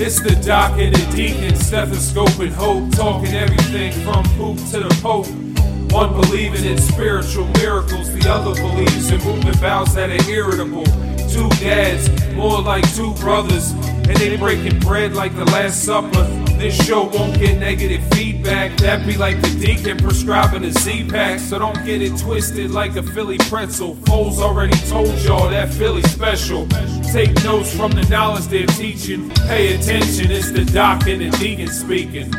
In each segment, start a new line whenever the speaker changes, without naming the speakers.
It's the doc and the deacon, stethoscope and hope, talking everything from poop to the pope. One believing in spiritual miracles, the other believes in moving vows that are irritable. Two dads, more like two brothers, and they breaking bread like the Last Supper. This show won't get negative feedback. That be like the deacon prescribing a Z-pack, so don't get it twisted like a Philly pretzel. Foles already told y'all that Philly special. Take notes from the knowledge they're teaching. Pay attention, it's the doc and the deacon speaking.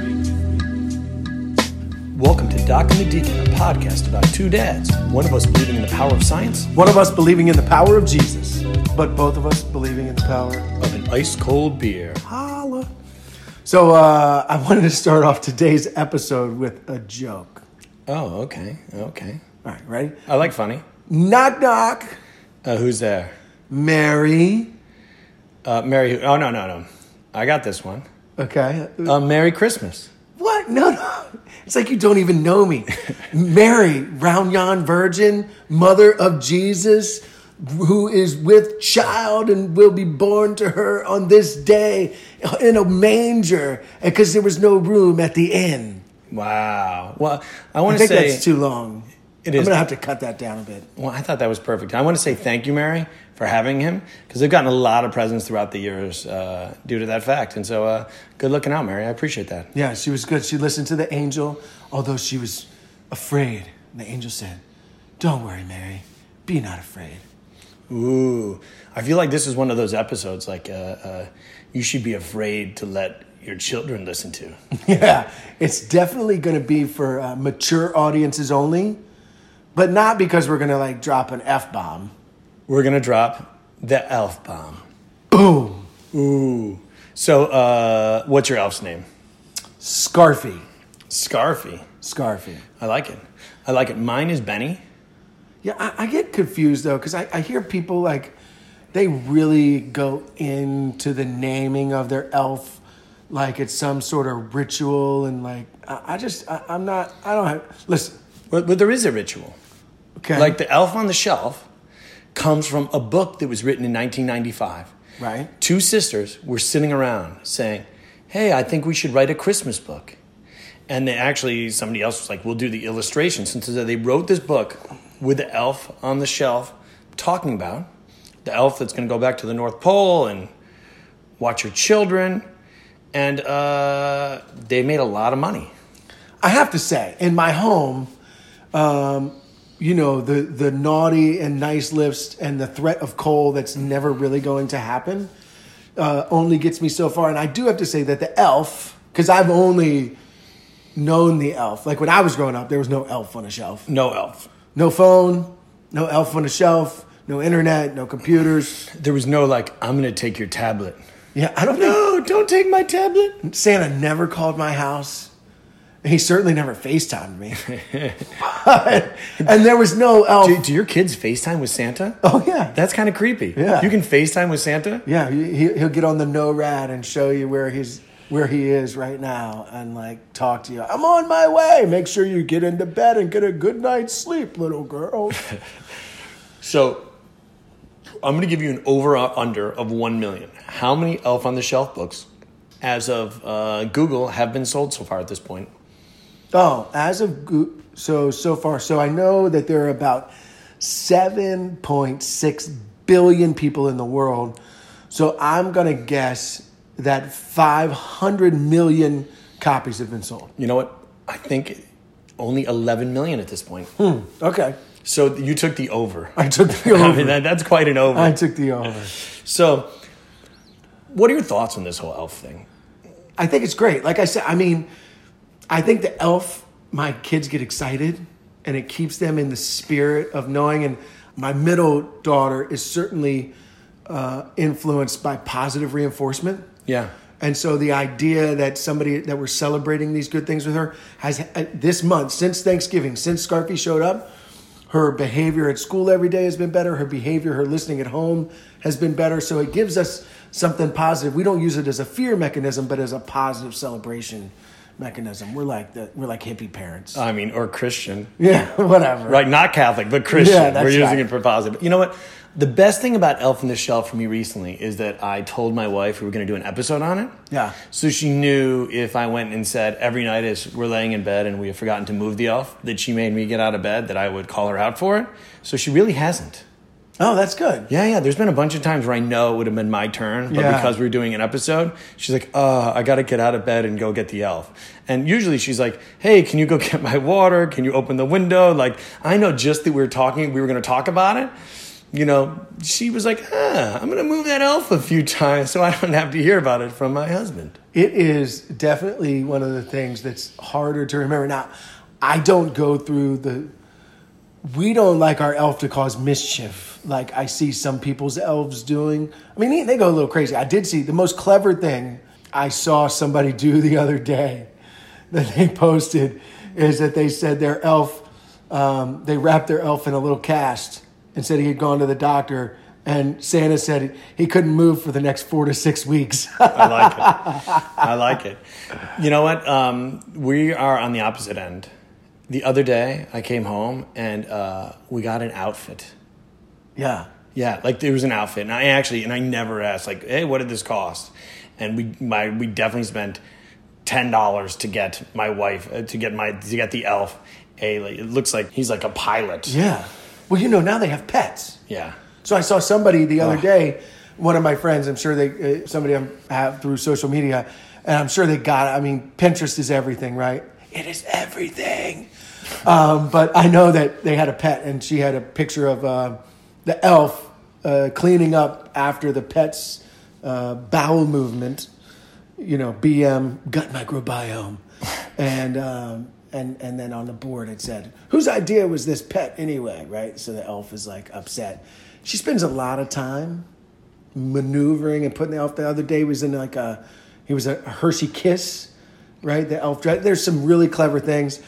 Welcome to Doc and the Deacon, a podcast about two dads, one of us believing in the power of science,
One of us believing in the power of Jesus, but both of us believing in the power.
of an ice cold beer.
Holla. So uh, I wanted to start off today's episode with a joke.
Oh, okay, okay.
All right, ready?
I like funny.
Knock knock.
Uh, who's there?
Mary.
Uh, Merry. Oh no, no, no. I got this one.
Okay.
Uh, Merry Christmas.
what? No, no. It's like you don't even know me. Mary, round yon virgin, mother of Jesus, who is with child and will be born to her on this day in a manger, because there was no room at the inn.
Wow. Well, I want
I
to
think
say
that's too long.
it
I'm
is.
gonna have to cut that down a bit.
well, I thought that was perfect. I want to say thank you, Mary, for having him because they've gotten a lot of presents throughout the years uh, due to that fact. And so, uh, good looking out, Mary. I appreciate that.
Yeah, she was good. She listened to the angel, although she was afraid. And the angel said, "Don't worry, Mary. Be not afraid."
Ooh, I feel like this is one of those episodes like uh, uh, you should be afraid to let your children listen to.
Yeah, it's definitely gonna be for uh, mature audiences only, but not because we're gonna like drop an f bomb.
We're gonna drop the elf bomb.
Boom,
Ooh. So, uh, what's your elf's name?
Scarfy,
Scarfy.
Scarfy.
I like it. I like it. Mine is Benny.
Yeah, I, I get confused though because I, I hear people like they really go into the naming of their elf like it's some sort of ritual and like I, I just I, I'm not I don't have, listen
But, but there is a ritual.
okay
Like the elf on the shelf comes from a book that was written in 1995.
right
Two sisters were sitting around saying, Hey, I think we should write a Christmas book. And they actually, somebody else was like, We'll do the illustrations. And so they wrote this book with the elf on the shelf talking about the elf that's going to go back to the North Pole and watch your children. And uh, they made a lot of money.
I have to say in my home um, you know the the naughty and nice list and the threat of coal that's never really going to happen uh, only gets me so far and I do have to say that the elf because I've only known the elf like when I was growing up there was no elf on a shelf
No elf.
No phone, no elf on the shelf, no internet, no computers.
There was no like, I'm going to take your tablet.
Yeah, I don't know.
No, don't take my tablet.
Santa never called my house. He certainly never FaceTimed me. But- and there was no elf.
Do, do your kids FaceTime with Santa?
Oh, yeah.
That's kind of creepy.
Yeah.
You can FaceTime with Santa?
yeah, he, he- he'll get on the no rad and show you where he's where he is right now and like talk to you. I'm on my way. Make sure you get into bed and get a good night's sleep, little girl.
So I'm going to give you an over or under of 1 million. How many Elf on the Shelf books, as of uh, Google, have been sold so far at this point?
Oh, as of Goo- so so far, so I know that there are about seven point six billion people in the world. So I'm gonna guess that five hundred million copies have been sold.
You know what? I think only 11 million at this point.
Okay,
So you took the over.
I took the
Hmm. I mean,
over.
that, that's quite an over.
I took the over.
so, what are your thoughts on this whole elf thing?
I think it's great. Like I said, I mean, I think the elf, my kids get excited and it keeps them in the spirit of knowing. And my middle daughter is certainly uh, influenced by positive reinforcement.
Yeah.
And so the idea that somebody that we're celebrating these good things with her has uh, this month since Thanksgiving, since Scarfy showed up, her behavior at school every day has been better. Her behavior, her listening at home has been better. So it gives us something positive. We don't use it as a fear mechanism, but as a positive celebration mechanism. We're like the we're like hippie parents.
I mean, or Christian,
yeah, whatever.
Uh, right? Not Catholic, but Christian.
Yeah, that's
We're using
right.
it for positive. You know what? The best thing about Elf on the Shelf for me recently is that I told my wife we were going to do an episode on it.
Yeah.
So she knew if I went and said every night as we're laying in bed and we have forgotten to move the elf, that she made me get out of bed, that I would call her out for it. So she really hasn't.
Oh, that's good.
Yeah, yeah. There's been a bunch of times where I know it would have been my turn, but
Yeah.
because we were doing an episode, she's like, "Uh, I got to get out of bed and go get the elf." And usually she's like, "Hey, can you go get my water? Can you open the window?" Like, I know just that we were talking, we were going to talk about it. You know, she was like, ah, "I'm going to move that elf a few times so I don't have to hear about it from my husband."
It is definitely one of the things that's harder to remember. Now, I don't go through the. We don't like our elf to cause mischief, like I see some people's elves doing. I mean, they go a little crazy. I did see the most clever thing I saw somebody do the other day that they posted is that they said their elf, um, they wrapped their elf in a little cast and said he had gone to the doctor. And Santa said he couldn't move for the next four to six weeks.
I like it. I like it. You know what? Um, we are on the opposite end. The other day, I came home and uh, we got an outfit.
yeah.
Yeah, like there was an outfit, and I actually and I never asked like, hey, what did this cost? And we my we definitely spent ten dollars to get my wife uh, to get my to get the elf a. Like, it looks like he's like a pilot.
Yeah. Well, you know, now they have pets.
Yeah.
So I saw somebody the other day, one of my friends, I'm sure they, uh, somebody I have through social media, and I'm sure they got it. I mean, Pinterest is everything, right? It is everything. Um, but I know that they had a pet, and she had a picture of uh, the elf uh, cleaning up after the pet's uh, bowel movement you know, BM gut microbiome, and um, and and then on the board it said, "Whose idea was this pet anyway?" Right. So the elf is like upset. She spends a lot of time maneuvering and putting the elf. The other day was in like a, he was a Hershey Kiss, right? The elf. dre- There's some really clever things.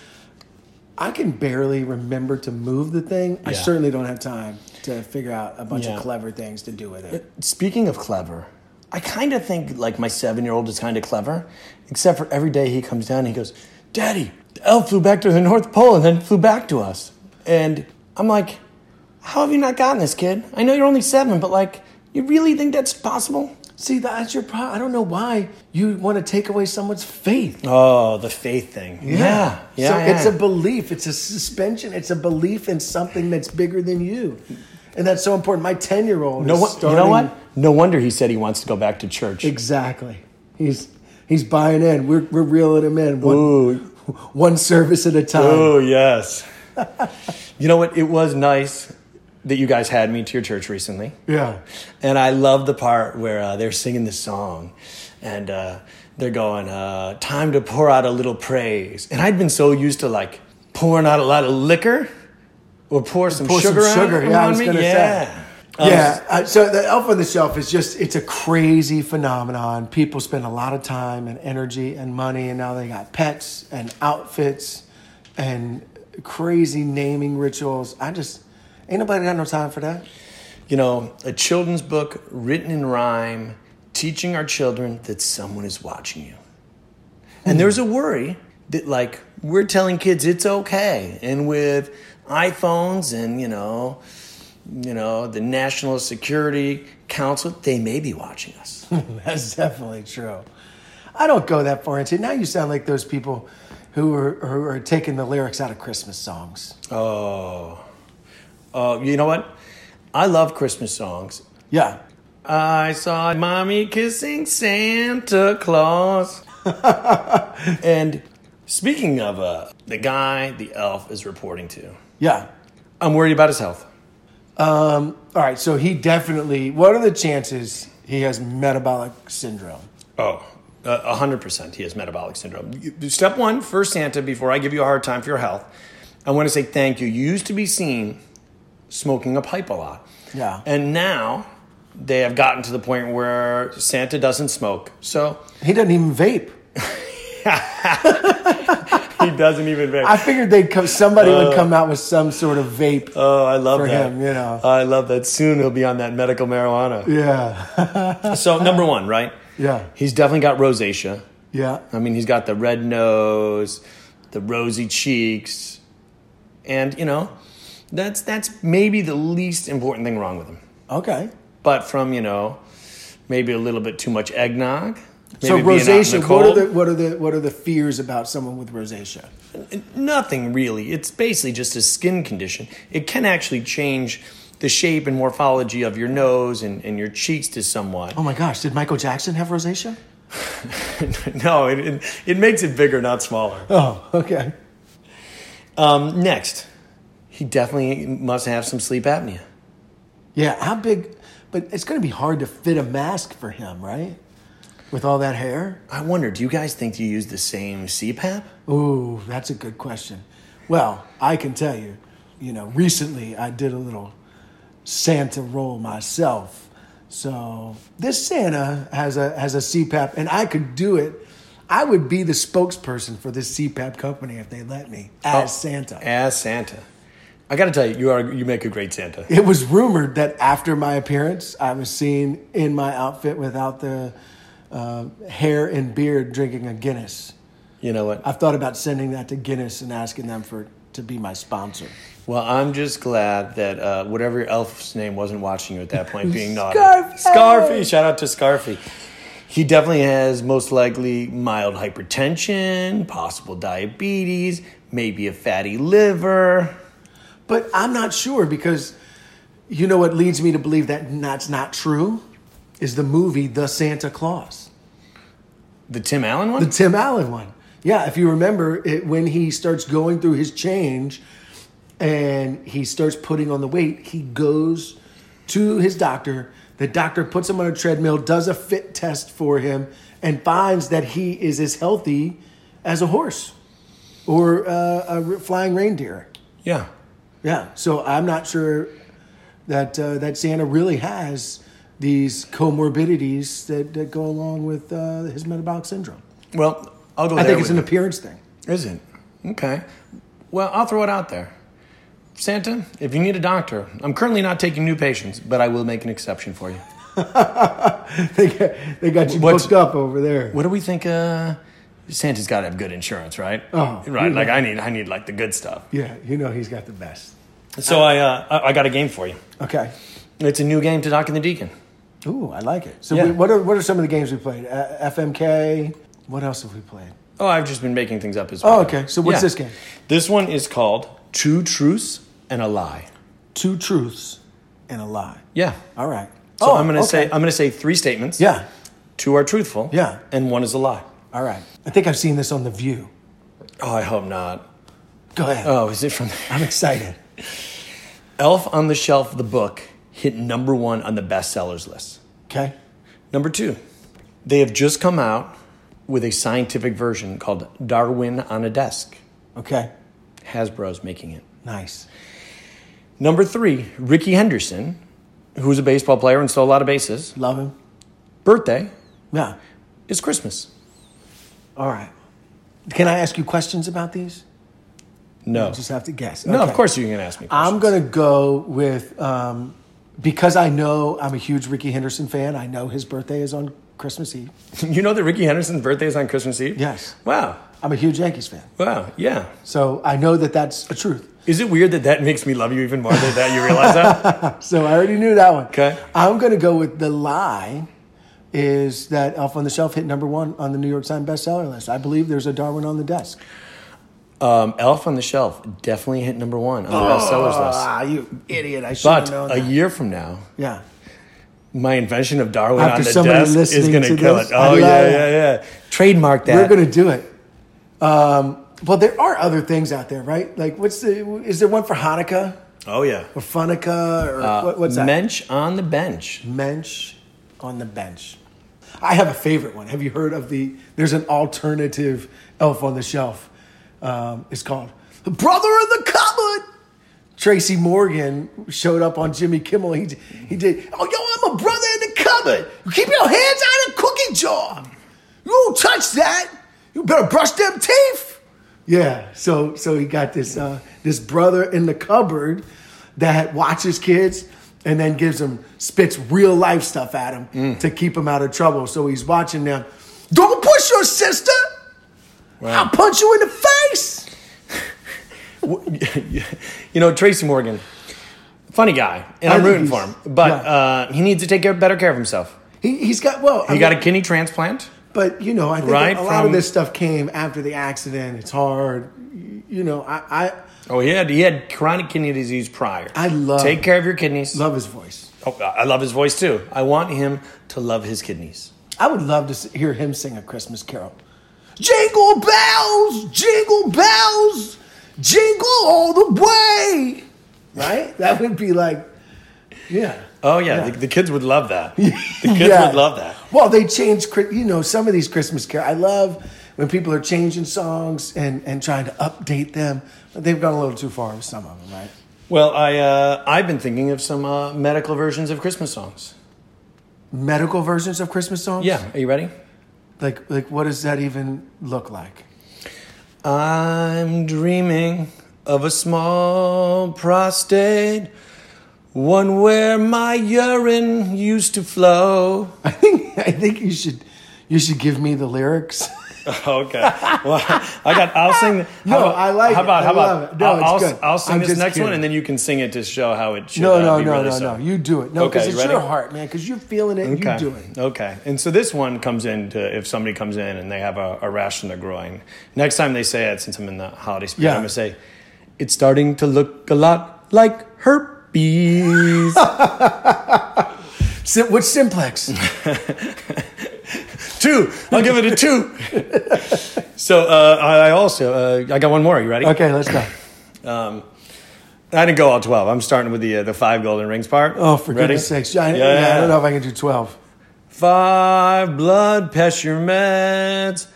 I can barely remember to move the thing. I
Yeah.
certainly don't have time to figure out a bunch
Yeah.
of clever things to do with it.
Speaking of clever, I kind of think like my seven year old is kind of clever, except for every day he comes down and he goes, Daddy, the elf flew back to the North Pole and then flew back to us. And I'm like, How have you not gotten this, kid? I know you're only seven, but like, you really think that's possible?
See, that's your problem. I don't know why you want to take away someone's faith.
Oh, the faith thing. Yeah. Yeah.
so
yeah.
it's a belief. It's a suspension. It's a belief in something that's bigger than you, and that's so important. My ten-year-old.
no,
is
wo- you know
starting-
what? No wonder he said he wants to go back to church.
Exactly. He's he's buying in. We're we're reeling him in. One,
Ooh.
one service at a time.
Oh yes. you know what? It was nice that you guys had me to your church recently,
Yeah.
and I love the part where uh, they're singing the song, and uh, they're going, uh, "Time to pour out a little praise." And I'd been so used to like pouring out a lot of liquor, or pour some
Pour some
sugar. on-
sugar, yeah, I
on
was
me.
gonna say.
yeah. Um,
yeah. uh, so the elf on the shelf is just it's a crazy phenomenon. People spend a lot of time and energy and money, and now they got pets and outfits and crazy naming rituals. I just ain't nobody got no time for that.
You know, a children's book written in rhyme, teaching our children that someone is watching you. And there's a worry that, like, we're telling kids it's okay. And with iPhones and, you know, you know, the National Security Council, they may be watching us.
That's definitely true. I don't go that far into it. Now you sound like those people who are, who are taking the lyrics out of Christmas songs.
oh. Oh, you know what? I love Christmas songs.
Yeah.
I saw mommy kissing Santa Claus. and speaking of uh, the guy the elf is reporting to,
Yeah.
I'm worried about his health.
All right, so he definitely. What are the chances he has metabolic syndrome?
Oh, uh, 100% he has metabolic syndrome. You- Step one for Santa, before I give you a hard time for your health, I want to say thank you. You used to be seen smoking a pipe a lot.
Yeah,
And now they have gotten to the point where Santa doesn't smoke. So
he doesn't even vape.
he doesn't even vape.
I figured they'd come. Somebody would come out with some sort of vape.
Oh, I love
for
that.
him, you know.
I love that. Soon he'll be on that medical marijuana.
yeah,
so number one, right?
yeah,
He's definitely got rosacea.
Yeah.
I mean, he's got the red nose, the rosy cheeks, and you know, that's that's maybe the least important thing wrong with him.
Okay.
But from you know, maybe a little bit too much eggnog. Maybe
So
being out in the
rosacea. What
cold.
are the what are the what are the fears about someone with rosacea?
Nothing really. It's basically just a skin condition. It can actually change the shape and morphology of your nose and, and your cheeks to somewhat.
Oh my gosh! Did Michael Jackson have rosacea?
no, it, it, it makes it bigger, not smaller.
Oh, okay.
Um, next, he definitely must have some sleep apnea.
Yeah. How big? But it's going to be hard to fit a mask for him, right? With all that hair.
I wonder, do you guys think you use the same CPAP?
Ooh, that's a good question. Well, I can tell you, you know, recently I did a little Santa roll myself. So this Santa has a has a CPAP, and I could do it. I would be the spokesperson for this CPAP company if they let me as
Oh.
Santa.
As Santa. I got to tell you, you are you make a great Santa.
It was rumored that after my appearance, I was seen in my outfit without the uh, hair and beard drinking a Guinness.
You know what?
I've thought about sending that to Guinness and asking them for to be my sponsor.
Well, I'm just glad that uh, whatever your elf's name wasn't watching you at that point, being naughty.
Scarface!
Scarfy! Shout out to Scarfy. He definitely has most likely mild hypertension, possible diabetes, maybe a fatty liver.
But I'm not sure because you know what leads me to believe that that's not true is the movie The Santa Claus,
The Tim Allen
the
one?
Tim Allen one. Yeah, if you remember it, when he starts going through his change and he starts putting on the weight, he goes to his doctor. The doctor puts him on a treadmill, does a fit test for him, and finds that he is as healthy as a horse or uh, a re- flying reindeer.
yeah.
Yeah. So I'm not sure that uh, that Santa really has these comorbidities that, that go along with uh, his metabolic syndrome.
Well, I'll go
I
Oh, there
think it's
with
an
you.
appearance thing.
Is it? Okay. Well, I'll throw it out there. Santa, if you need a doctor, I'm currently not taking new patients, but I will make an exception for you.
they, got, they got you
What's-
booked up over there.
What do we think? Uh, Santa's got to have good insurance, right?
Oh,
right.
yeah.
Like I need, I need like the good stuff.
Yeah, you know he's got the best.
So I, uh, I- I got a game for you.
Okay.
It's a new game to Doc and the Deacon.
Ooh, I like it. So
Yeah.
we, what are what are some of the games we played? Uh, FMK. What else have we played?
Oh, I've just been making things up as well.
Oh, okay. So what's
Yeah.
this game?
This one is called True Truths and a Lie.
Two truths and a lie.
Yeah.
All right.
So
Oh,
I'm gonna say,
okay.
I'm gonna say three statements.
yeah.
Two are truthful.
Yeah.
And one is a lie.
All right. I think I've seen this on the View.
Oh, I hope not.
Go ahead.
Oh, is it from there?
I'm excited.
Elf on the Shelf, the book, hit number one on the bestsellers list.
Okay.
Number two, they have just come out with a scientific version called Darwin on a Desk.
Okay.
Hasbro's making it.
Nice.
Number three, Ricky Henderson, who's a baseball player and stole a lot of bases,
Love him.
birthday
Yeah.
is Christmas.
All right. Can I ask you questions about these?
No.
I just have to guess.
No, of
Okay.
course you can ask me questions.
I'm going to go with um, because I know I'm a huge Ricky Henderson fan. I know his birthday is on Christmas Eve.
you know that Ricky Henderson's birthday is on Christmas Eve?
Yes.
Wow.
I'm a huge Yankees fan.
Wow. Yeah.
So I know that that's a truth.
Is it weird that that makes me love you even more than that you realize that?
So I already knew that one.
Okay.
I'm going to go with the lie is that Elf on the Shelf hit number one on the New York Times bestseller list. I believe there's a Darwin on the desk.
Um, Elf on the Shelf definitely hit number one on the bestsellers list.
Ah, you idiot. I should have known
But a
that.
year from now,
yeah.
my invention of Darwin
After
on the
somebody
desk is
listening
going to
to
kill
this,
it. Oh,
I
yeah,
love
yeah, yeah. Trademark that.
We're going to do it. Um, well, there are other things out there, right? Like, what's the? Is there one for Hanukkah
oh, yeah.
or Funica or
Uh,
what, what's that?
Mensch on the bench.
Mensch on the bench. I have a favorite one. Have you heard of the? There's an alternative Elf on the Shelf. Um, it's called the Brother of the Cupboard. Tracy Morgan showed up on Jimmy Kimmel. He he did. Oh, yo, I'm a brother in the cupboard. You keep your hands out of the cookie jar. You don't touch that. You better brush them teeth. Yeah. So so he got this uh, this brother in the cupboard that watches kids and then
Mm.
gives them spits real life stuff at him to keep him out of trouble. So he's watching them. Don't push your sister.
Right.
I'll punch you in the face.
you know Tracy Morgan, funny guy, and
I
I'm
think
rooting for
he's-
him. But
yeah.
uh, he needs to take care, better care of himself.
He, he's got well.
He got a kidney transplant.
But you know, I think
Right,
a lot
from-
of this stuff came after the accident. It's hard. You know, I, I
Oh, he had he had chronic kidney disease prior.
I love-
take care of your kidneys.
love his voice.
Oh, I love his voice too. I want him to love his kidneys.
I would love to s- hear him sing a Christmas carol. Jingle bells, jingle bells, jingle all the way. Right? That would be like, yeah.
Oh yeah,
Yeah.
The, the kids would love that. The kids
Yeah.
would love that.
Well, they change, Chri- you know, some of these Christmas carols. I love when people are changing songs and, and trying to update them, but they've gone a little too far with some of them, right?
Well, I uh, I've been thinking of some uh, medical versions of Christmas songs.
Medical versions of Christmas songs?
Yeah, are you ready?
Like, like what does that even look like?
I'm dreaming of a small prostate, one where my urine used to flow.
I think I think you should you should give me the lyrics.
Okay. Well, I got. I'll sing. No,
No, I like
How
it.
about?
I
How
love
about?
it. No,
I'll,
it's
I'll-
good.
I'll sing
I'm
this
just
next one,
kidding.
and then you can sing it to show how it should.
No,
uh,
no,
be
no,
really
no,
sung.
no. You do it. No, because
Okay,
it's
ready?
your heart, man. Because you're feeling it.
Okay.
You do it.
Okay. And so this one comes into if somebody comes in and they have a, a rash in the groin. Next time they say it, since I'm in the holiday spirit,
Yeah.
I'm gonna say, "It's starting to look a lot like herpes."
Sim- What's simplex?
two. I'll give it a two. so uh, I I also uh, I got one more. Are you ready?
okay, let's go.
Um, I didn't go all twelve. I'm starting with the uh, the five golden rings part.
Oh, for
Ready?
goodness sakes. Yeah, I,
Yeah.
yeah, I don't know if I can do 12.
Five blood pressure meds,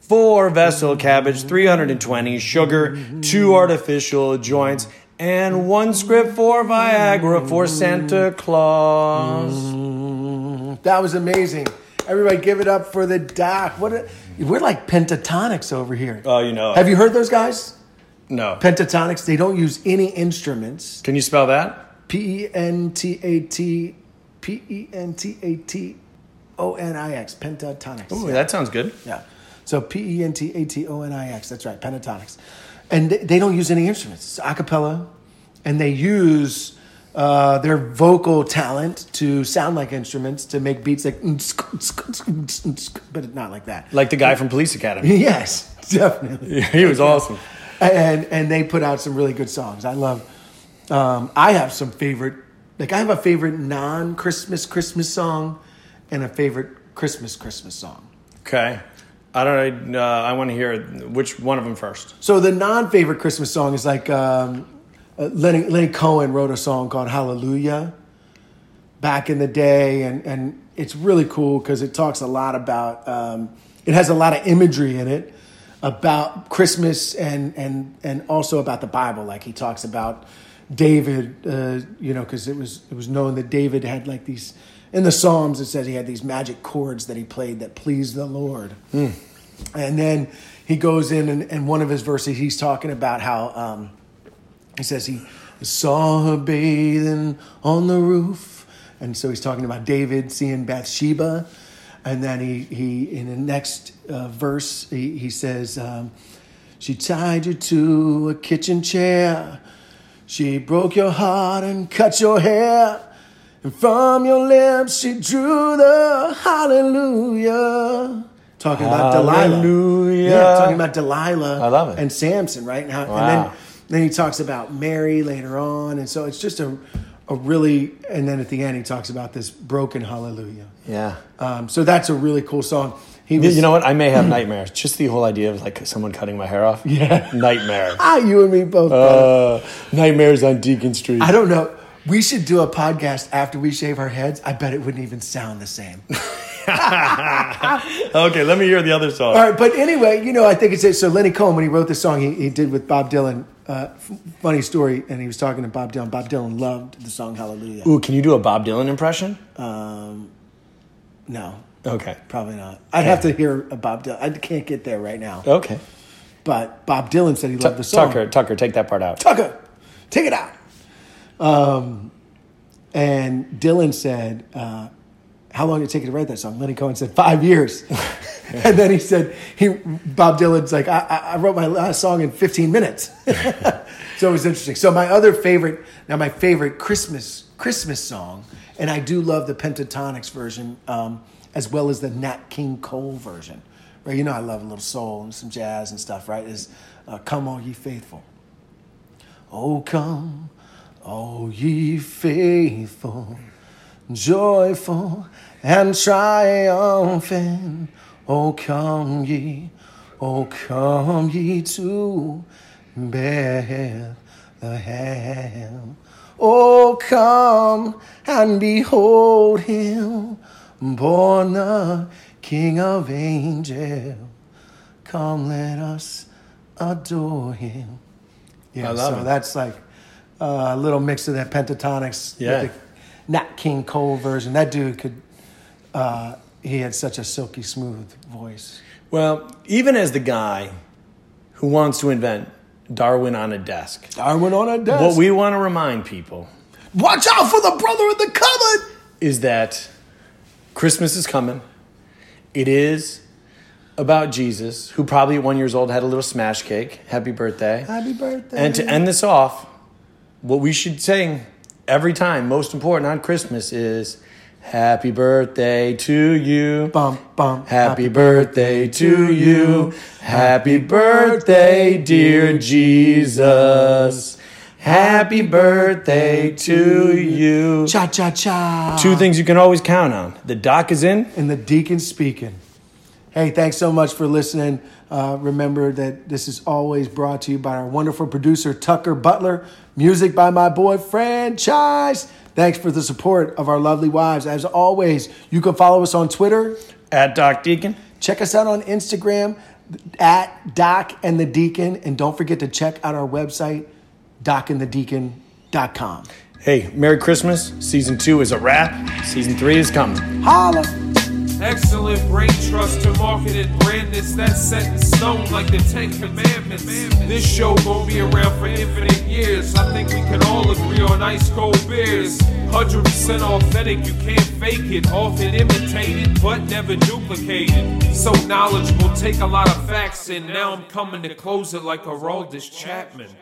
four vessel cabbage, 320 sugar, two artificial joints, and one script for Viagra for Santa Claus.
That was amazing. Everybody give it up for the doc. What a, we're like pentatonics over here.
Oh, you know. it.
Have you heard those guys?
no.
Pentatonics, they don't use any instruments.
Can you spell that?
P E N T A T P E N T A T O N I X. Pentatonics.
Ooh, that sounds good.
Yeah. So P E N T A T O N I X. That's right, pentatonics. And they, they don't use any instruments, it's a cappella. And they use uh, their vocal talent to sound like instruments to make beats like, but not like that.
Like the guy from Police Academy.
Yes, definitely.
he was awesome.
And, and they put out some really good songs. I love, um, I have some favorite, like I have a favorite non Christmas Christmas song and a favorite Christmas Christmas song.
Okay. I don't know. Uh, I want to hear which one of them first.
So the non-favorite Christmas song is like um, uh, Lenny, Lenny Cohen wrote a song called Hallelujah back in the day, and and it's really cool because it talks a lot about um, it has a lot of imagery in it about Christmas and and and also about the Bible. Like he talks about David, uh, you know, because it was it was known that David had like these in the Psalms. It says he had these magic chords that he played that pleased the Lord. And then he goes in, and, and one of his verses, he's talking about how um, he says he saw her bathing on the roof. And so he's talking about David seeing Bathsheba. And then he, he in the next uh, verse, he, he says, um, She tied you to a kitchen chair. She broke your heart and cut your hair. And from your lips, she drew the hallelujah. Talking about Delilah.
Hallelujah.
Yeah, talking about Delilah.
I love it.
And Samson, right? And, how,
Wow.
and then then he talks about Mary later on, and so it's just a a really. And then at the end, he talks about this broken hallelujah.
Yeah.
Um, so that's a really cool song. He
You,
was,
you know what? I may have nightmares. Just the whole idea of like someone cutting my hair off.
Yeah.
Nightmare.
ah, you and me both. brother.
Uh, nightmares on Deacon Street.
I don't know. We should do a podcast after we shave our heads. I bet it wouldn't even sound the same.
okay, let me hear the other song.
All right, but anyway, you know, I think it's it. So Lenny Cohen, when he wrote this song, he, he did with Bob Dylan. Uh, f- funny story, and he was talking to Bob Dylan. Bob Dylan loved the song Hallelujah.
Ooh, can you do a Bob Dylan impression?
No,
Okay.
Probably not. I'd have to hear a Bob Dylan. I can't get there right now.
Okay.
But Bob Dylan said he loved the song.
Tucker, Tucker, take that part out.
Tucker, take it out. Um, and Dylan said, uh, "How long did it take you to write that song?" Lenny Cohen said, five years." And then he said, he Bob Dylan's like, I, I- I wrote my last song in 15 minutes. so it was interesting. So my other favorite, now my favorite Christmas Christmas song, and I do love the Pentatonics version um, as well as the Nat King Cole version. Right, you know I love a little soul and some jazz and stuff. Right, is uh, "Come All Ye Faithful." Oh come, all ye faithful, joyful and triumphant. Oh come ye, oh come ye to Bethlehem. Oh come and behold him, born the King of angels. Come let us adore him. Yeah,
I love
so
it.
that's like uh, a little mix of that pentatonics
Yeah.
with the Nat King Cole version. That dude could uh, he had such a silky smooth voice.
Well, even as the guy who wants to invent Darwin on a desk,
Darwin on a desk.
what we want to remind people
Watch out for the brother in the cupboard.
is that Christmas is coming. It is about Jesus, who probably at one years old had a little smash cake. Happy birthday.
Happy birthday.
And to end this off, what we should sing every time, most important on Christmas, is Happy birthday to you.
bum bum.
Happy birthday to you. Happy birthday, dear Jesus. Happy birthday to you.
Cha cha cha.
Two things you can always count on. The doc is in.
and the deacon speaking. Hey, thanks so much for listening. Uh, remember that this is always brought to you by our wonderful producer, Tucker Butler. Music by my boy, Franchise. Thanks for the support of our lovely wives. As always, you can follow us on Twitter.
At Doc Deacon.
Check us out on Instagram at Doc and the Deacon. And don't forget to check out our website, docandthedeacon.com.
Hey, Merry Christmas. Season two is a wrap. Season three is coming.
Holla!
Excellent brain trust to market and brandness that's set in stone like the Ten Commandments. This show gon' be around for infinite years. I think we can all agree on ice cold beers. 100% authentic, you can't fake it. Often imitated, but never duplicated. So knowledge will take a lot of facts, and now I'm coming to close it like Araldus Chapman.